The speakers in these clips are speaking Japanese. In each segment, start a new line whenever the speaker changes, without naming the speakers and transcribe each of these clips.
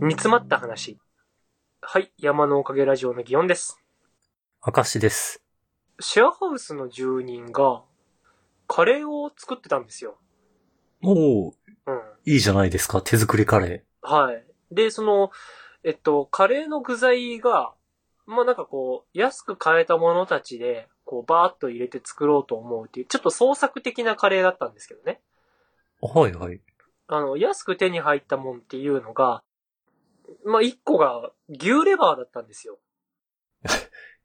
煮詰まった話。はい、山のおかげラジオの祇園です。
明石です。
シェアハウスの住人が、カレーを作ってたんですよ。
お
う
お、
ん。
いいじゃないですか。手作りカレ
はい。で、その、えっと、カレーの具材が、まあ、なんかこう、安く買えたものたちで、こう、バーっと入れて作ろうと思うっていう、ちょっと創作的なカレーだったんですけどね。
ー。はいはい。
あの、安く手に入ったもんっていうのが、まあ、一個が牛レバーだったんですよ。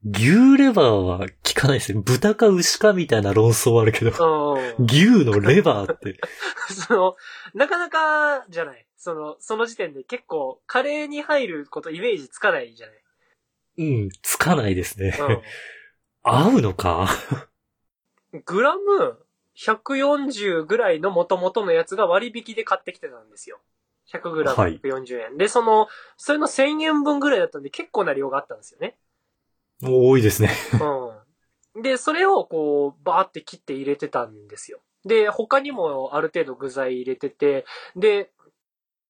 牛レバーは効かないですね。豚か牛かみたいな論争はあるけど。
うん。
牛のレバーって。
その、なかなかじゃない。その、その時点で結構、カレーに入ることイメージつかないじゃない。
うん、つかないですね。
う
合うのか
ん。グラム140ぐらいの元々のやつが割引で買ってきてたんですよ。100グラム
はい
140円。で、その、それの1000円分ぐらいだったんで結構な量があったんですよね。
もう多いですね。
うん。で、それをこう、バーって切って入れてたんですよ。で、他にもある程度具材入れてて、で、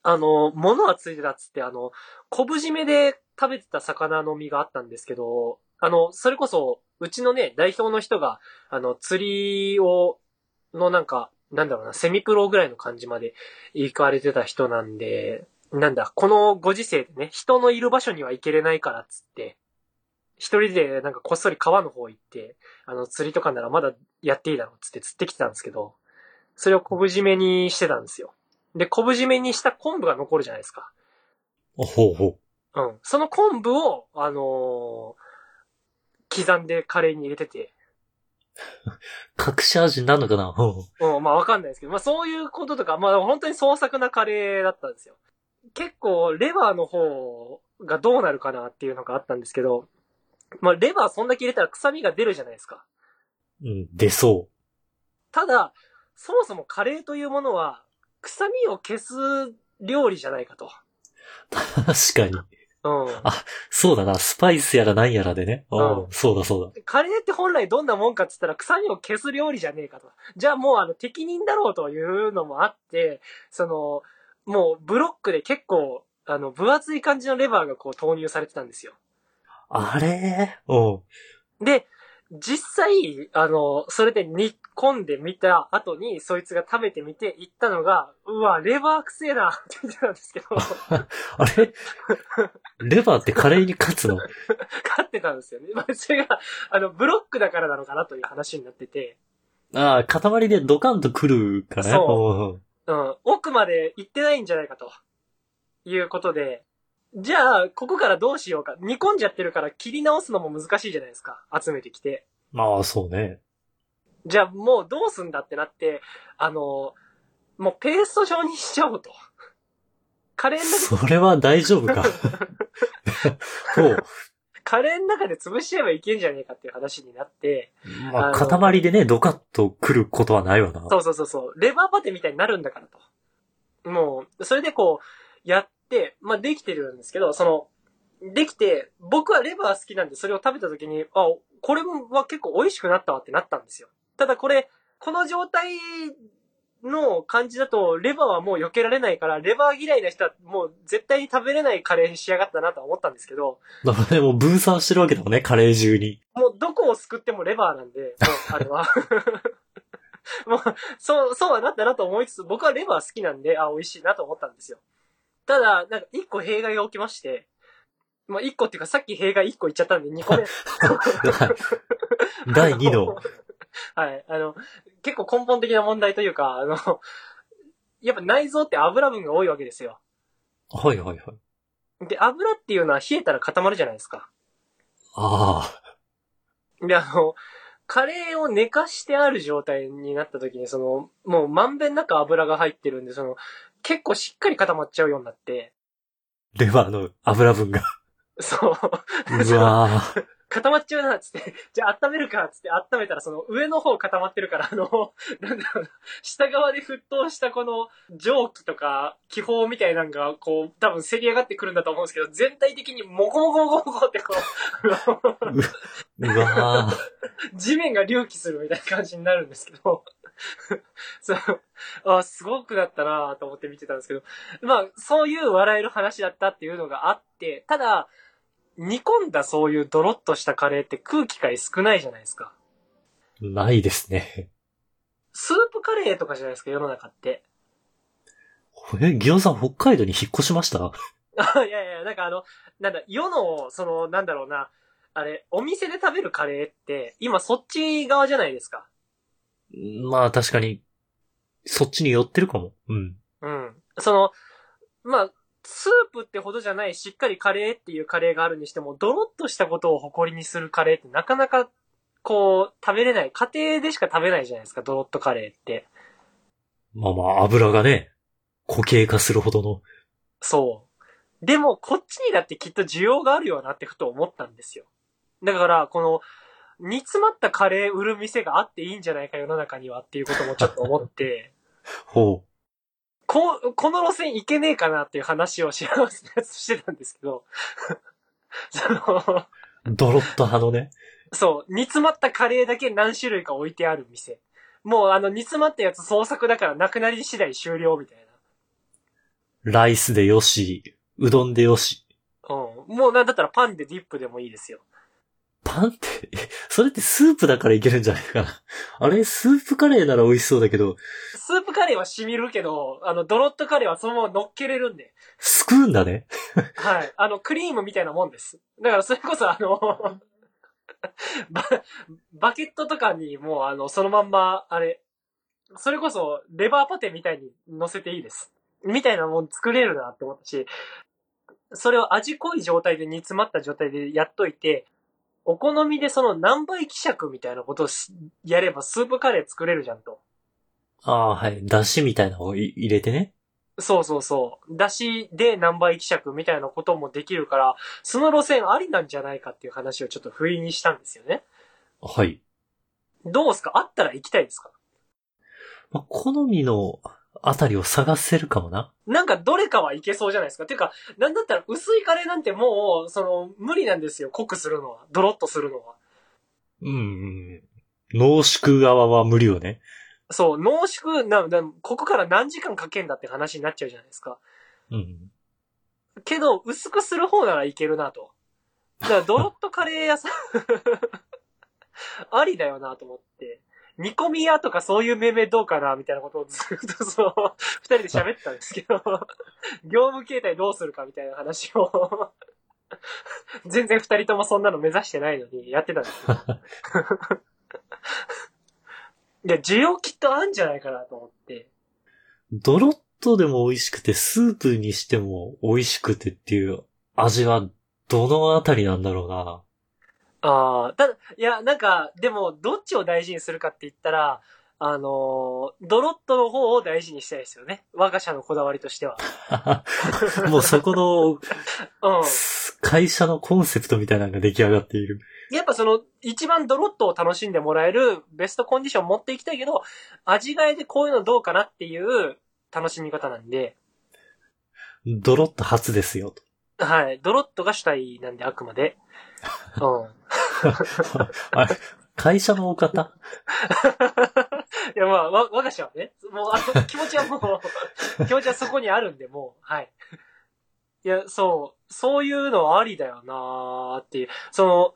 あの、物はついてたっつって、あの、昆布締めで食べてた魚の身があったんですけど、あの、それこそ、うちのね、代表の人が、あの、釣りを、のなんか、なんだろうな、セミプロぐらいの感じまで行かれてた人なんで、なんだ、このご時世でね、人のいる場所には行けれないからっつって、一人でなんかこっそり川の方行って、あの釣りとかならまだやっていいだろうっつって釣ってきてたんですけど、それを昆布締めにしてたんですよ。で、昆布締めにした昆布が残るじゃないですか。
あほうほ
うん。その昆布を、あのー刻んでカレーに入れてて、
う。隠し味になるのかなうん
うん、まあわかんないですけど、まあそういうこととか、まあ本当に創作なカレーだったんですよ。結構レバーの方がどうなるかなっていうのがあったんですけど、まあレバーそんだけ入れたら臭みが出るじゃないですか。
うん、出そ
ただ、そもそもカレーというものは、臭みを消す料理じゃないかと。
う。確かに。
う
そうだな。スパイスやらなんやらでね。
う
うんん、そうだそうだ。
ん。カレーって本来どんなもんかって言ったら、臭みを消す料理じゃねえかと。じゃあもうあの、適任だろうというのもあって、その、もうブロックで結構、あの、分厚い感じのレバーがこう投入されてたんですよ。
あれうん。
で、実際、あの、それで煮込んでみた後に、そいつが食べてみて言ったのが、うわ、レバーくせえな、って言ってたんですけど。
あ れレバーってカレーに勝つの
勝ってたんですよね。 まあ、それが、あの、ブロックだからなのかなという話になってて、
ああ、塊でドカンと来るからね。
そうん、奥まで行ってないんじゃないかと、いうことで、じゃあ、ここからどうしようか。煮込んじゃってるから切り直すのも難しいじゃないですか。集めてきて。
うんまあ、そうね。
じゃあ、もうどうすんだってなって、あの、もうペースト状にしちゃおうと。カレーの中で、
それは大丈夫 か。そう。
カレーの中で潰しちゃえばいけんじゃねえかっていう話になって、
ま
あ
あ、
の
塊でね、ドカッと来ることはないわな。
そうそうそうそう。レバーパテみたいになるんだからと。もう、それでこう、やって、まあ、できてるんですけど、その、できて、僕はレバー好きなんで、それを食べた時に、あ、これは結構美味しくなったわってなったんですよ。ただこれ、この状態の感じだと、レバーはもう避けられないから、レバー嫌いな人はもう絶対に食べれないカレーに仕上がったなとは思ったんですけど、
だからね、もう分散してるわけだもんね、カレー中に。
もうどこを救ってもレバーなんで、もうあれは。 もう、そう、そうはなったなと思いつつ、僕はレバー好きなんで、あ、美味しいなと思ったんですよ。ただ、なんか一個弊害が起きまして、まあ一個っていうかさっき弊害一個言っちゃったんで2個目。
第2の。
はい。あの、結構根本的な問題というか、あの、やっぱ内臓って油分が多いわけですよ。
はいはいはい。
で、油っていうのは冷えたら固まるじゃないですか。
あ
で、あの、カレーを寝かしてある状態になった時に、その、もうまんべんなく油が入ってるんで、その、結構しっかり固まっちゃうようになって、
あ、レバーの油分が。
そう、
うわー
固まっちゃうな、つって、じゃあ温めるか、つって温めたら、その上の方固まってるから、あの、なんだろうな、下側で沸騰したこの蒸気とか気泡みたいなのが、こう、多分せり上がってくるんだと思うんですけど、全体的にモコモコモコモコってこう、あの
うわー
地面が隆起するみたいな感じになるんですけど、 そう、あ、すごくなったなと思って見てたんですけど、まあ、そういう笑える話だったっていうのがあって、ただ、煮込んだそういうドロッとしたカレーって空気感少ないじゃないですか。
ないですね。
スープカレーとかじゃないですか、世の中って。
え、ギオンさん北海道に引っ越しました
あいやいや、なんかあの、なんだ、世の、その、なんだろうな、あれ、お店で食べるカレーって、今そっち側じゃないですか。
まあ確かに、そっちに寄ってるかも。うん。
うん。その、まあ、スープってほどじゃない、しっかりカレーっていうカレーがあるにしても、ドロッとしたことを誇りにするカレーってなかなか、こう、食べれない。家庭でしか食べないじゃないですか、ドロッとカレーって。
まあまあ油がね、固形化するほどの。
そう。でも、こっちにだってきっと需要があるよなってふと思ったんですよ。だから、この、煮詰まったカレー売る店があっていいんじゃないか、世の中にはっていうこともちょっと思って、
ほ
こ、この路線行けねえかなっていう話を幸せなやつとしてたんですけど、 その、
う。ドロッと派のね。
そう、煮詰まったカレーだけ何種類か置いてある店。もうあの、煮詰まったやつ創作だからなくなり次第終了みたいな。
ライスでよし、うどんでよし。
うん。もうなんだったらパンでディップでもいいですよ。
パンって、 それってスープだからいけるんじゃないかな。あれ、スープカレーなら美味しそうだけど、
スープカレーは染みるけど、あの、ドロットカレーはそのまま乗っけれるんで。
すくうんだね。
はい。あの、クリームみたいなもんです。だからそれこそあの、バ、バケットとかにもうあの、そのまんま、あれ、それこそレバーパテみたいに乗せていいです。みたいなもん作れるなって思ったし、それを味濃い状態で煮詰まった状態でやっといて、お好みでその何倍希釈みたいなことをしやればスープカレー作れるじゃんと。
ああ、はい。だしみたいなのをい入れてね。
そうそうそう。だしで何倍希釈みたいなこともできるから、その路線ありなんじゃないかっていう話をちょっと不意にしたんですよね。
はい。
どうすかあったら行きたいですか
まあ、好みのあたりを探せるかもな。
なんかどれかはいけそうじゃないですか。ていうか、なんだったら薄いカレーなんてもう、その、無理なんですよ。濃くするのは。ドロッとするのは。
うんうん。濃縮側は無理よね。
そう、濃縮、な、な、ここから何時間かけんだって話になっちゃうじゃないですか。
うん。
けど、薄くする方ならいけるなと。だから、ドロッとカレー屋さん、ありだよなと思って。煮込み屋とかそういう命名どうかなみたいなことをずっとその、二人で喋ってたんですけど、業務形態どうするかみたいな話を、全然二人ともそんなの目指してないのにやってたんですけど。いや、需要きっとあんじゃないかなと思って。
ドロッとでも美味しくて、スープにしても美味しくてっていう味は、どのあたりなんだろうな。
ああ、ただ、いや、なんか、でも、どっちを大事にするかって言ったら、あのードロットの方を大事にしたいですよね。我が社のこだわりとしては。
もうそこ
うん
の。会社のコンセプトみたいなのが出来上がっている。
やっぱその、一番ドロットを楽しんでもらえるベストコンディションを持っていきたいけど、味替えでこういうのどうかなっていう楽しみ方なんで、
ドロッと初ですよ。 と
はい。ドロットが主体なんで、あくまで。うん。
あれ会社のお方
いや、まあ、わ、我が社はね、もう、あの、気持ちはもう、気持ちはそこにあるんで、もう、はい。いや、そう、そういうのはありだよなーっていう。その、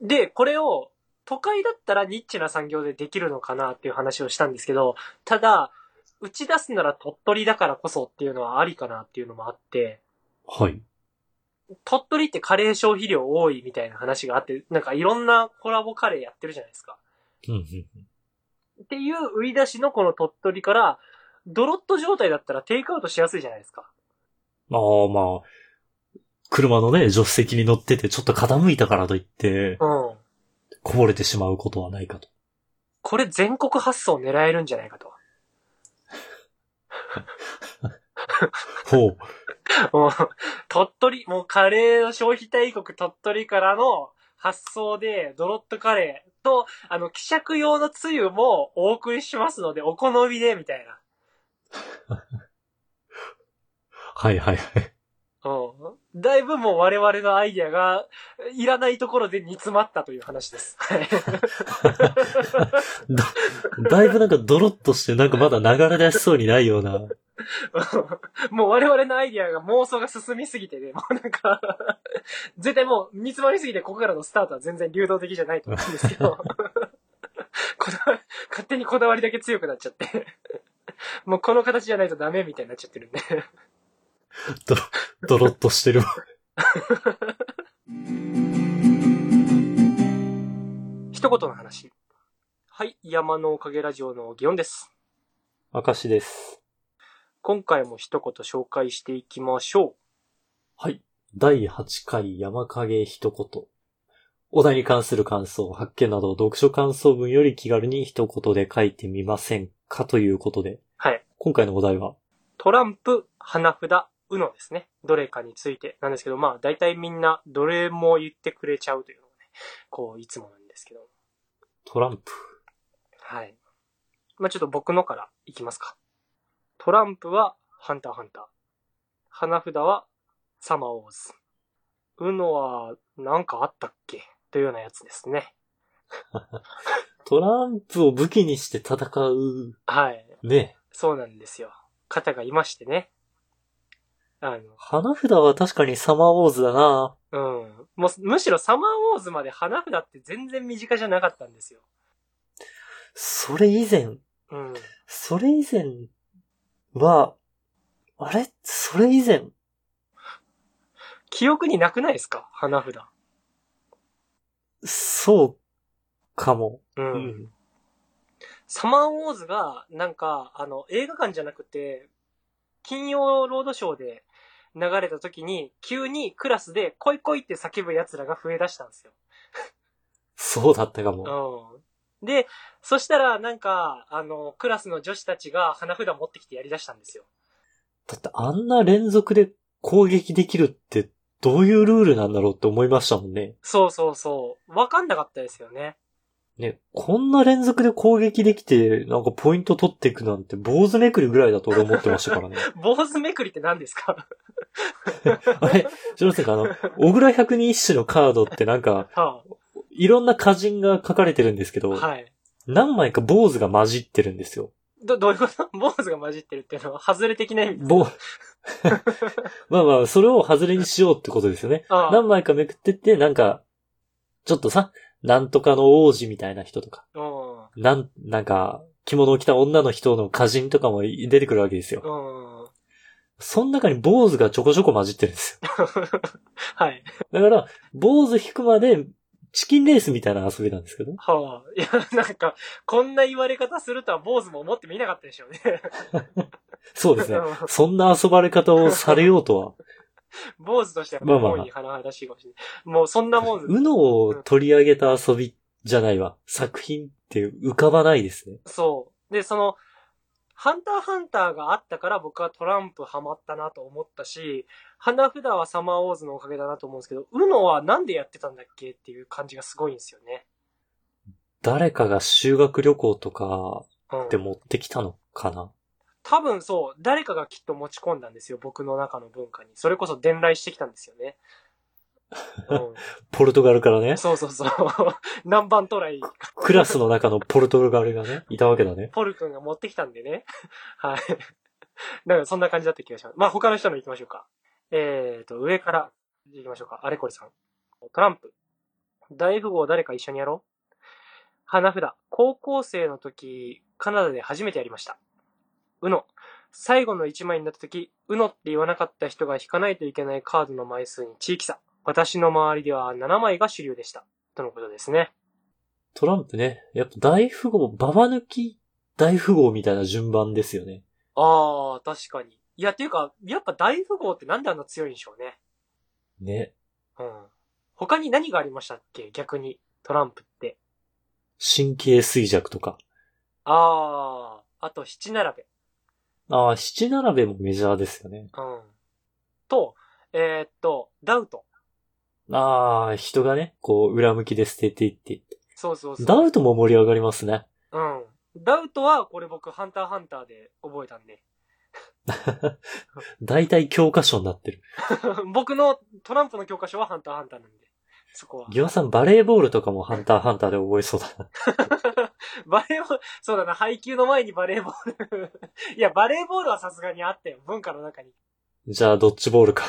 で、これを、都会だったらニッチな産業でできるのかなっていう話をしたんですけど、ただ、打ち出すなら鳥取だからこそっていうのはありかなっていうのもあって、
はい。
鳥取ってカレー消費量多いみたいな話があって、なんかいろんなコラボカレーやってるじゃないですか。
うんうん
っていう売り出しのこの鳥取から、ドロッと状態だったらテイクアウトしやすいじゃないですか。
まあまあ、車のね、助手席に乗っててちょっと傾いたからといって、
うん。
こぼれてしまうことはないかと。
これ全国発送狙えるんじゃないかと。
ほ
う
う。
ん鳥取、もうカレーの消費大国鳥取からの発送でドロッとカレーと、あの、希釈用のつゆもお送りしますので、お好みで、みたいな。
はいはいはい。
うん。だいぶもう我々のアイディアがいらないところで煮詰まったという話です。はい。
だいぶなんかドロッとして、なんかまだ流れ出しそうにないような。
もう我々のアイディアが妄想が進みすぎてね、もうなんか、絶対もう煮詰まりすぎてここからのスタートは全然流動的じゃないと思うんですけど、 こだわり勝手にこだわりだけ強くなっちゃって、もうこの形じゃないとダメみたいになっちゃってるんで。
ドロッとしてる。
一言の話。はい、山のおかげラジオの祇園です。
証です。
今回も一言紹介していきましょう。
はい。第8回山影一言。お題に関する感想、発見など読書感想文より気軽に一言で書いてみませんかということで。
はい。
今回のお題は、
トランプ、花札、ウノですね。どれかについてなんですけど、まあ、大体みんなどれも言ってくれちゃうというのがね、こう、いつもなんですけど。
トランプ。
はい。まあ、ちょっと僕のからいきますか。トランプは、ハンターハンター。花札は、サマーウォーズ。ウノは、なんかあったっけというようなやつですね。
トランプを武器にして戦う。
はい。
ね。
そうなんですよ。方がいましてね。あの、
花札は確かにサマーウォーズだな
うん。もう、むしろサマーウォーズまで花札って全然身近じゃなかったんですよ。
それ以前、
うん。
それ以前は、あれそれ以前、
記憶になくないですか花札。
そうかも。
うん。
うん
サマーウォーズが、なんか、あの、映画館じゃなくて、金曜ロードショーで流れた時に、急にクラスで、恋恋って叫ぶ奴らが増え出したんですよ。
そうだったかも。
うん。で、そしたら、なんか、あの、クラスの女子たちが花札持ってきてやり出したんですよ。
だってあんな連続で攻撃できるってどういうルールなんだろうって思いましたもんね。
そうそうそう。わかんなかったですよね。
ね、こんな連続で攻撃できて、なんかポイント取っていくなんて坊主めくりぐらいだと俺思ってましたからね。
坊主めくりって何ですか
あれ、ちょっとあの、小倉百人一首のカードってなんか、
はい
ろんな歌人が書かれてるんですけ
あ
ど、
はい。
何枚か坊主が混じってるんですよ。
ど、 どういうこと坊主が混じってるっていうのは、外れ的な意味ですか
坊、 まあまあ、それを外れにしようってことですよね。
ああ
何枚かめくってって、なんか、ちょっとさ、なんとかの王子みたいな人とか、
うん。
なん、なんか、着物を着た女の人の歌人とかも出てくるわけですよ。
うん。
その中に坊主がちょこちょこ混じってるんですよ。
はい。
だから、坊主引くまで、チキンレースみたいな遊びなんですけど。
はあ。いや、なんか、こんな言われ方するとは坊主も思ってみなかったでしょうね。
そうですね。そんな遊ばれ方をされようとは。
坊主としては、
まあまあ
もういい花らしいかもしれない。もう、そんなもん、
うのを取り上げた遊びじゃないわ。作品って浮かばないですね。
そう。で、その、ハンターハンターがあったから僕はトランプハマったなと思ったし、花札はサマーウォーズのおかげだなと思うんですけど、ウノはなんでやってたんだっけっていう感じがすごいんですよね。
誰かが修学旅行とか
うん、
で持ってきたのかな。
多分そう、誰かがきっと持ち込んだんですよ、僕の中の文化に。それこそ伝来してきたんですよね。う
ポルトガルからね
ん、。そうそうそう。 南蛮トライ、
クラスの中のポルトガルがね、いたわけだね。
ポル君が持ってきたんでね。 はい。だからそんな感じだった気がします。まあ他の人の行きましょうか。えーと、上から行きましょうか。あれこれさん。トランプ。大富豪誰か一緒にやろう花札。高校生の時、カナダで初めてやりました。うの。最後の1枚になった時、うのって言わなかった人が引かないといけないカードの枚数に地域差。私の周りでは7枚が主流でした。とのことですね。
トランプね、やっぱ大富豪、ババ抜き大富豪みたいな順番ですよね。
ああ、確かに。いや、っていうか、やっぱ大富豪ってなんであんな強いんでしょうね。
ね。
うん。他に何がありましたっけ逆に、トランプって。
神経衰弱とか。
ああ、あと七並べ。
ああ、七並べもメジャーですよね。
うん。と、えーっと、ダウト。
ああ、人がね、こう、裏向きで捨てていっていって。
そうそうそう。
ダウトも盛り上がりますね。
うん。ダウトは、これ僕、ハンターハンターで覚えたんで。
大体教科書になってる。
僕のトランプの教科書はハンターハンターなんで。そこは。
ギワさんバレーボールとかもハンターハンターで覚えそうだな。
バレーボール、そうだな、配球の前にバレーボール。 いや、バレーボールはさすがにあったよ。文化の中に。
じゃあ、ドッジボールか。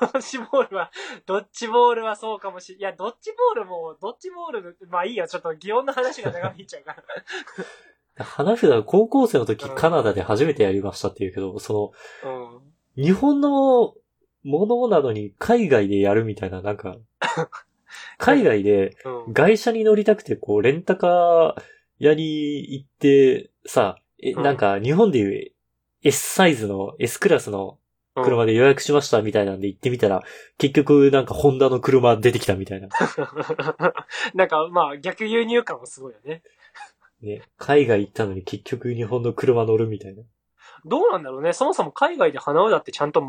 ドッジボールは、ドッジボールはそうかもしれ、いや、ドッジボールも、ドッジボール、まあいいよ、ちょっと擬音の話が長引いちゃうから。
花札は高校生の時
うん
カナダで初めてやりましたって言うけど、そ
うん。
の、日本のものなのに海外でやるみたい な、なんか、海外で
うん。
外車に乗りたくて、こう、レンタカー屋に行って、さ、え、
うん
なんか日本でいう S サイズの、S クラスの
うん
車で予約しましたみたいなんで行ってみたら、結局なんかホンダの車出てきたみたいな。
なんか、まあ、逆輸入感もすごいよね。
ね、海外行ったのに結局日本の車乗るみたいな。
どうなんだろうね。そもそも海外で花札ってちゃんと、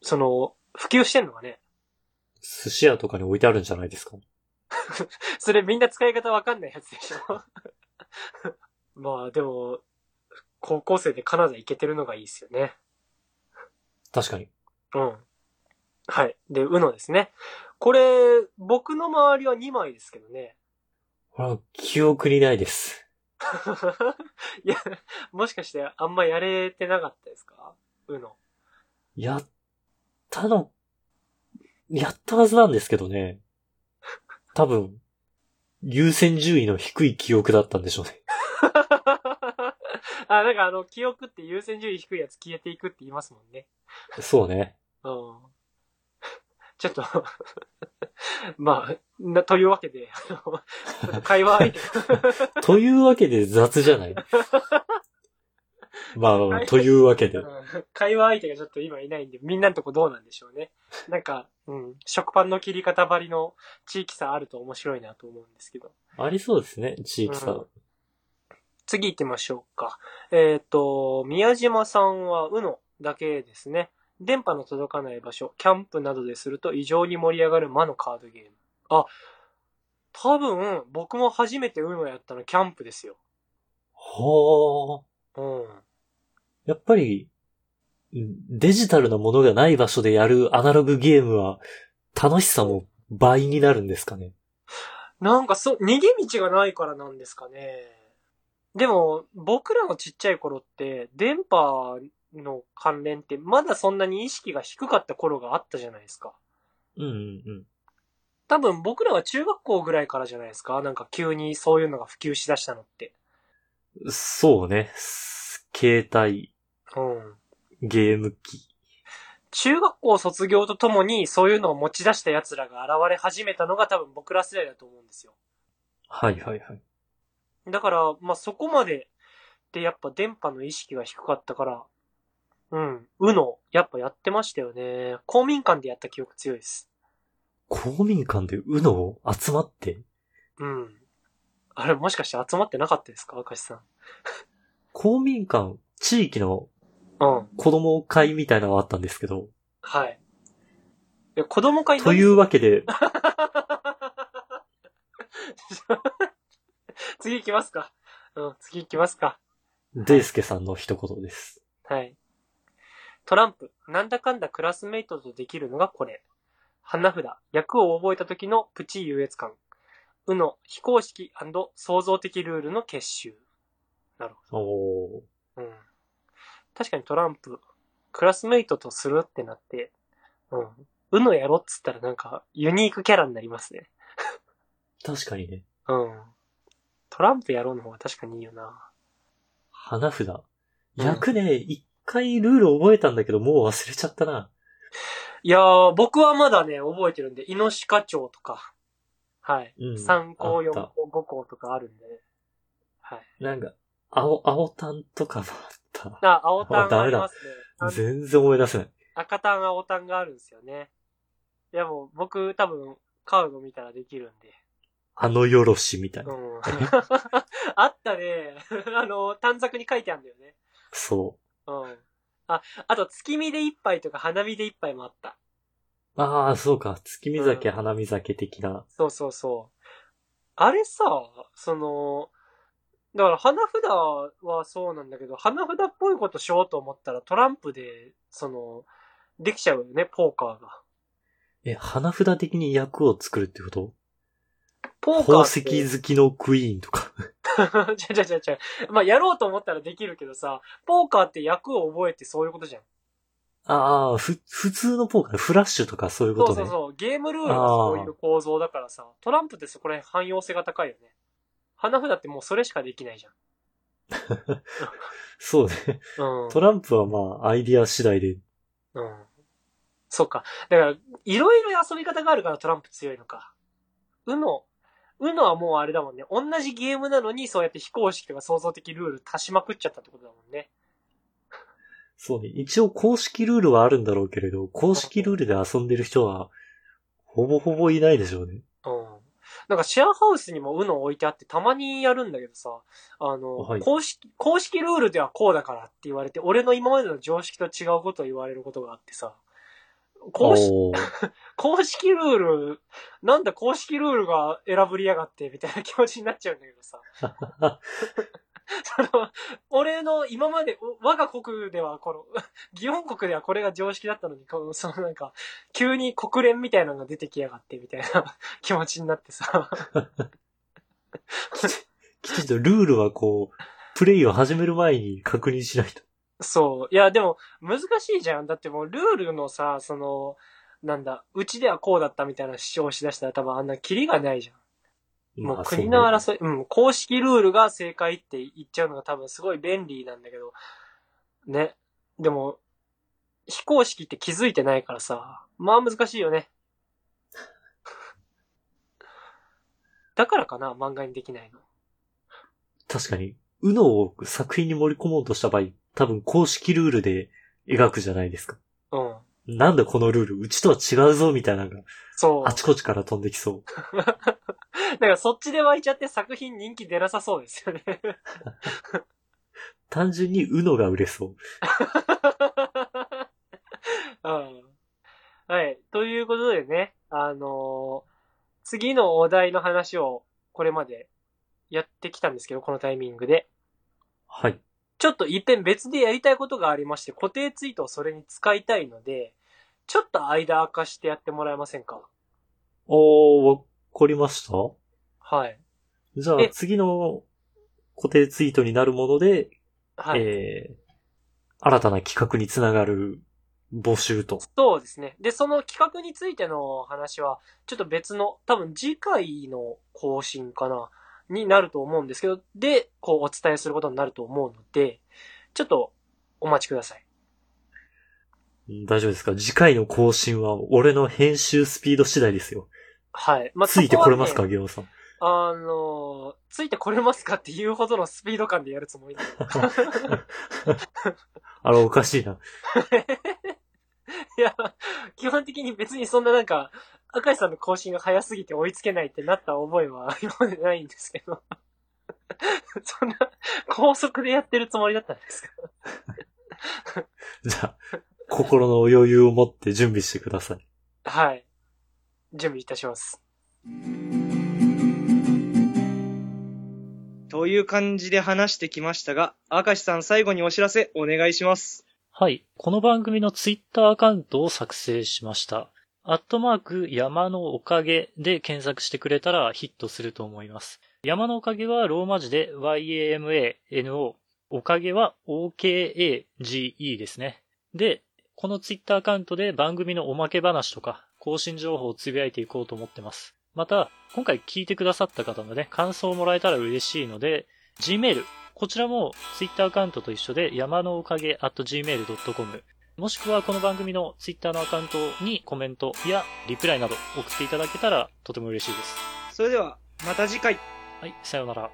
その、普及してんのかね。
寿司屋とかに置いてあるんじゃないですか。
それみんな使い方わかんないやつでしょ。 まあ、でも、高校生でカナダ行けてるのがいいですよね。
確かに。
うん。はい。で、うのですね。これ、僕の周りは2枚ですけどね。
これは記憶にないです。
いや、もしかしてあんまやれてなかったですかう の。
やったの、やったはずなんですけどね。多分、優先順位の低い記憶だったんでしょうね。
あ、なんかあの、記憶って優先順位低いやつ消えていくって言いますもんね。
そうね。
うん。ちょっと、 まあ、な、というわけで、あのちょっと会話相手
というわけで雑じゃない。まあまあまあ、というわけで。
うん会話相手がちょっと今いないんで、みんなのとこどうなんでしょうね。なんか、うん、食パンの切り方ばりの地域差あると面白いなと思うんですけど。
ありそうですね、地域
う
差。
次行ってみましょうか。えっ、と、宮島さんは、うのだけですね。電波の届かない場所、キャンプなどですると異常に盛り上がる魔のカードゲーム。あ、多分、僕も初めてうのやったのキャンプですよ。
ほー。
うん。
やっぱり、デジタルなものがない場所でやるアナログゲームは、楽しさも倍になるんですかね。
なんかそ、逃げ道がないからなんですかね。でも、僕らのちっちゃい頃って、電波の関連って、まだそんなに意識が低かった頃があったじゃないですか。
うんうんうん。
多分僕らは中学校ぐらいからじゃないですか。なんか急にそういうのが普及しだしたのって。
そうね。す携帯、
うん。
ゲーム機。
中学校卒業とともに、そういうのを持ち出した奴らが現れ始めたのが多分僕ら世代だと思うんですよ。
はいはいはい。
だから、まあ、そこまで、で、やっぱ電波の意識が低かったから、うん、うの、やっぱやってましたよね。公民館でやった記憶強いです。
公民館で UNO を集まって、
うん。あれ、もしかして集まってなかったですか明石さん。
公民館、地域の
うん。
子供会みたいなのはあったんですけど、
はい。いや、子供会何
というわけで、
次行きますか。うん、次行きますか。
デイスケさんの一言です。
はい。トランプ、なんだかんだクラスメイトとできるのがこれ。花札、役を覚えた時のプチ優越感。うの、非公式創造的ルールの結集。なるほ
お
ど。
ー
うん。確かにトランプ、クラスメイトとするってなって、うん。うのやろっつったらなんか、ユニークキャラになりますね。
確かにね。
うん。トランプやろうの方が確かにいいよな。
花札。
うん
役ね、一回ルール覚えたんだけど、もう忘れちゃったな。
いやー、僕はまだね、覚えてるんで、イノシカ町とか、はい。
うん
3
あ
校、
っ
4
た
校、5校とかあるんでね。はい。
なんか、青、青タンとかもあっ
あ、青タン
あ
あ
ダメ
り
だ
ますね。あ
た。
の
全然思い出せない。
赤タン、青タンがあるんですよね。いやもう、僕多分、カード見たらできるんで。
あのよろしみたいうな。
ん。 あったね。 あの、短冊に書いてあるんだよね。
そ
うん。あ、あと、月見で一杯とか花見で一杯もあった。
う。ああ、そうか。月見酒、
うん
花見酒的な。
そうそうそう。あれさ、その、だから花札はそうなんだけど、花札っぽいことしようと思ったらトランプで、その、できちゃうよね、ポーカーが。
え、花札的に役を作るってこと
ポーカ
宝
ーっ
石
て。
好きのクイーンとか。
じ ゃじゃじゃじゃ。まあ、やろうと思ったらできるけどさ、ポーカーって役を覚えてそういうことじゃん。
ああ、ふ、普通のポーカー、フラッシュとかそういうこ
そ
と
う
ね。
そうそう。ゲームルールがそういう構造だからさ、トランプってそこら辺汎用性が高いよね。花札ってもうそれしかできないじ
そうね。
ゃん。うん。
トランプはまあ、アイディア次第で。
うん。そっか。だから、いろいろ遊び方があるからトランプ強いのか。うの、うのはもうあれだもんね。同じゲームなのにそうやって非公式とか創造的ルール足しまくっちゃったってことだもんね。
そうね。一応公式ルールはあるんだろうけれど、公式ルールで遊んでる人は、ほぼほぼいないでしょうね。
うん。なんかシェアハウスにもうの置いてあってたまにやるんだけどさ、あの、
はい
公式、公式ルールではこうだからって言われて、俺の今までの常識と違うことを言われることがあってさ、公式、
おー
公式ルール、なんだ公式ルールが選ぶりやがって、みたいな気持ちになっちゃうんだけどさ。その、俺の今まで、お我が国ではこの、擬音国ではこれが常識だったのに、この、そのなんか、急に国連みたいなのが出てきやがって、みたいな 気持ちになってさ。
きちんとルールはこう、プレイを始める前に確認しないと。
そう。いや、でも、難しいじゃん。だってもう、ルールのさ、その、なんだ、うちではこうだったみたいな主張しだしたら多分あんなキリがないじゃん。もう
まあ
国の
そうね
争い、うん、公式ルールが正解って言っちゃうのが多分すごい便利なんだけど、ね。でも、非公式って気づいてないからさ、まあ難しいよね。 だからかな、漫画にできないの。
確かに、うのを作品に盛り込もうとした場合、多分公式ルールで描くじゃないですか。
うん。
なんだこのルール、うちとは違うぞ、みたいなのが、
そう。
あちこちから飛んできそう。
だからそっちで湧いちゃって作品人気出なさそうですよね。
単純にうのが売れそう。
うん。はい。ということでね、あのー次のお題の話をこれまでやってきたんですけど、このタイミングで。
はい。
ちょっと一遍別でやりたいことがありまして、固定ツイートをそれに使いたいので、ちょっと間明かしてやってもらえませんか
おー、わかりました
はい。
じゃあ
え
次の固定ツイートになるもので、
はい。
えー、新たな企画につながる募集と。
そうですね。で、その企画についての話は、ちょっと別の、多分次回の更新かな、になると思うんですけど、で、こうお伝えすることになると思うので、ちょっとお待ちください。
うん大丈夫ですか次回の更新は俺の編集スピード次第ですよ。
はい。まあ
ついてこれます
そ
か、
はね
ゲオさん。
あの、ついてこれますかっていうほどのスピード感でやるつもりで。
あら、おかしいな。
いや、基本的に別にそんななんか、赤井さんの更新が早すぎて追いつけないってなった覚えは今までないんですけど。 そんな、高速でやってるつもりだったんですか
じゃあ、心の余裕を持って準備してください。
はい。準備いたします。
という感じで話してきましたが、明石さん最後にお知らせお願いします。
はい。この番組のツイッターアカウントを作成しました。アットマーク山のおかげで検索してくれたらヒットすると思います。山のおかげはローマ字で YAMANO。おかげは OKAGE ですね。で、このツイッターアカウントで番組のおまけ話とか更新情報をつぶやいていこうと思ってます。また、今回聞いてくださった方のね、感想をもらえたら嬉しいので、Gmail、こちらも Twitter アカウントと一緒で山のおかげ at gmail.com もしくはこの番組の Twitter のアカウントにコメントやリプライなど送っていただけたらとても嬉しいです。
それでは、また次回。
はい、さようなら。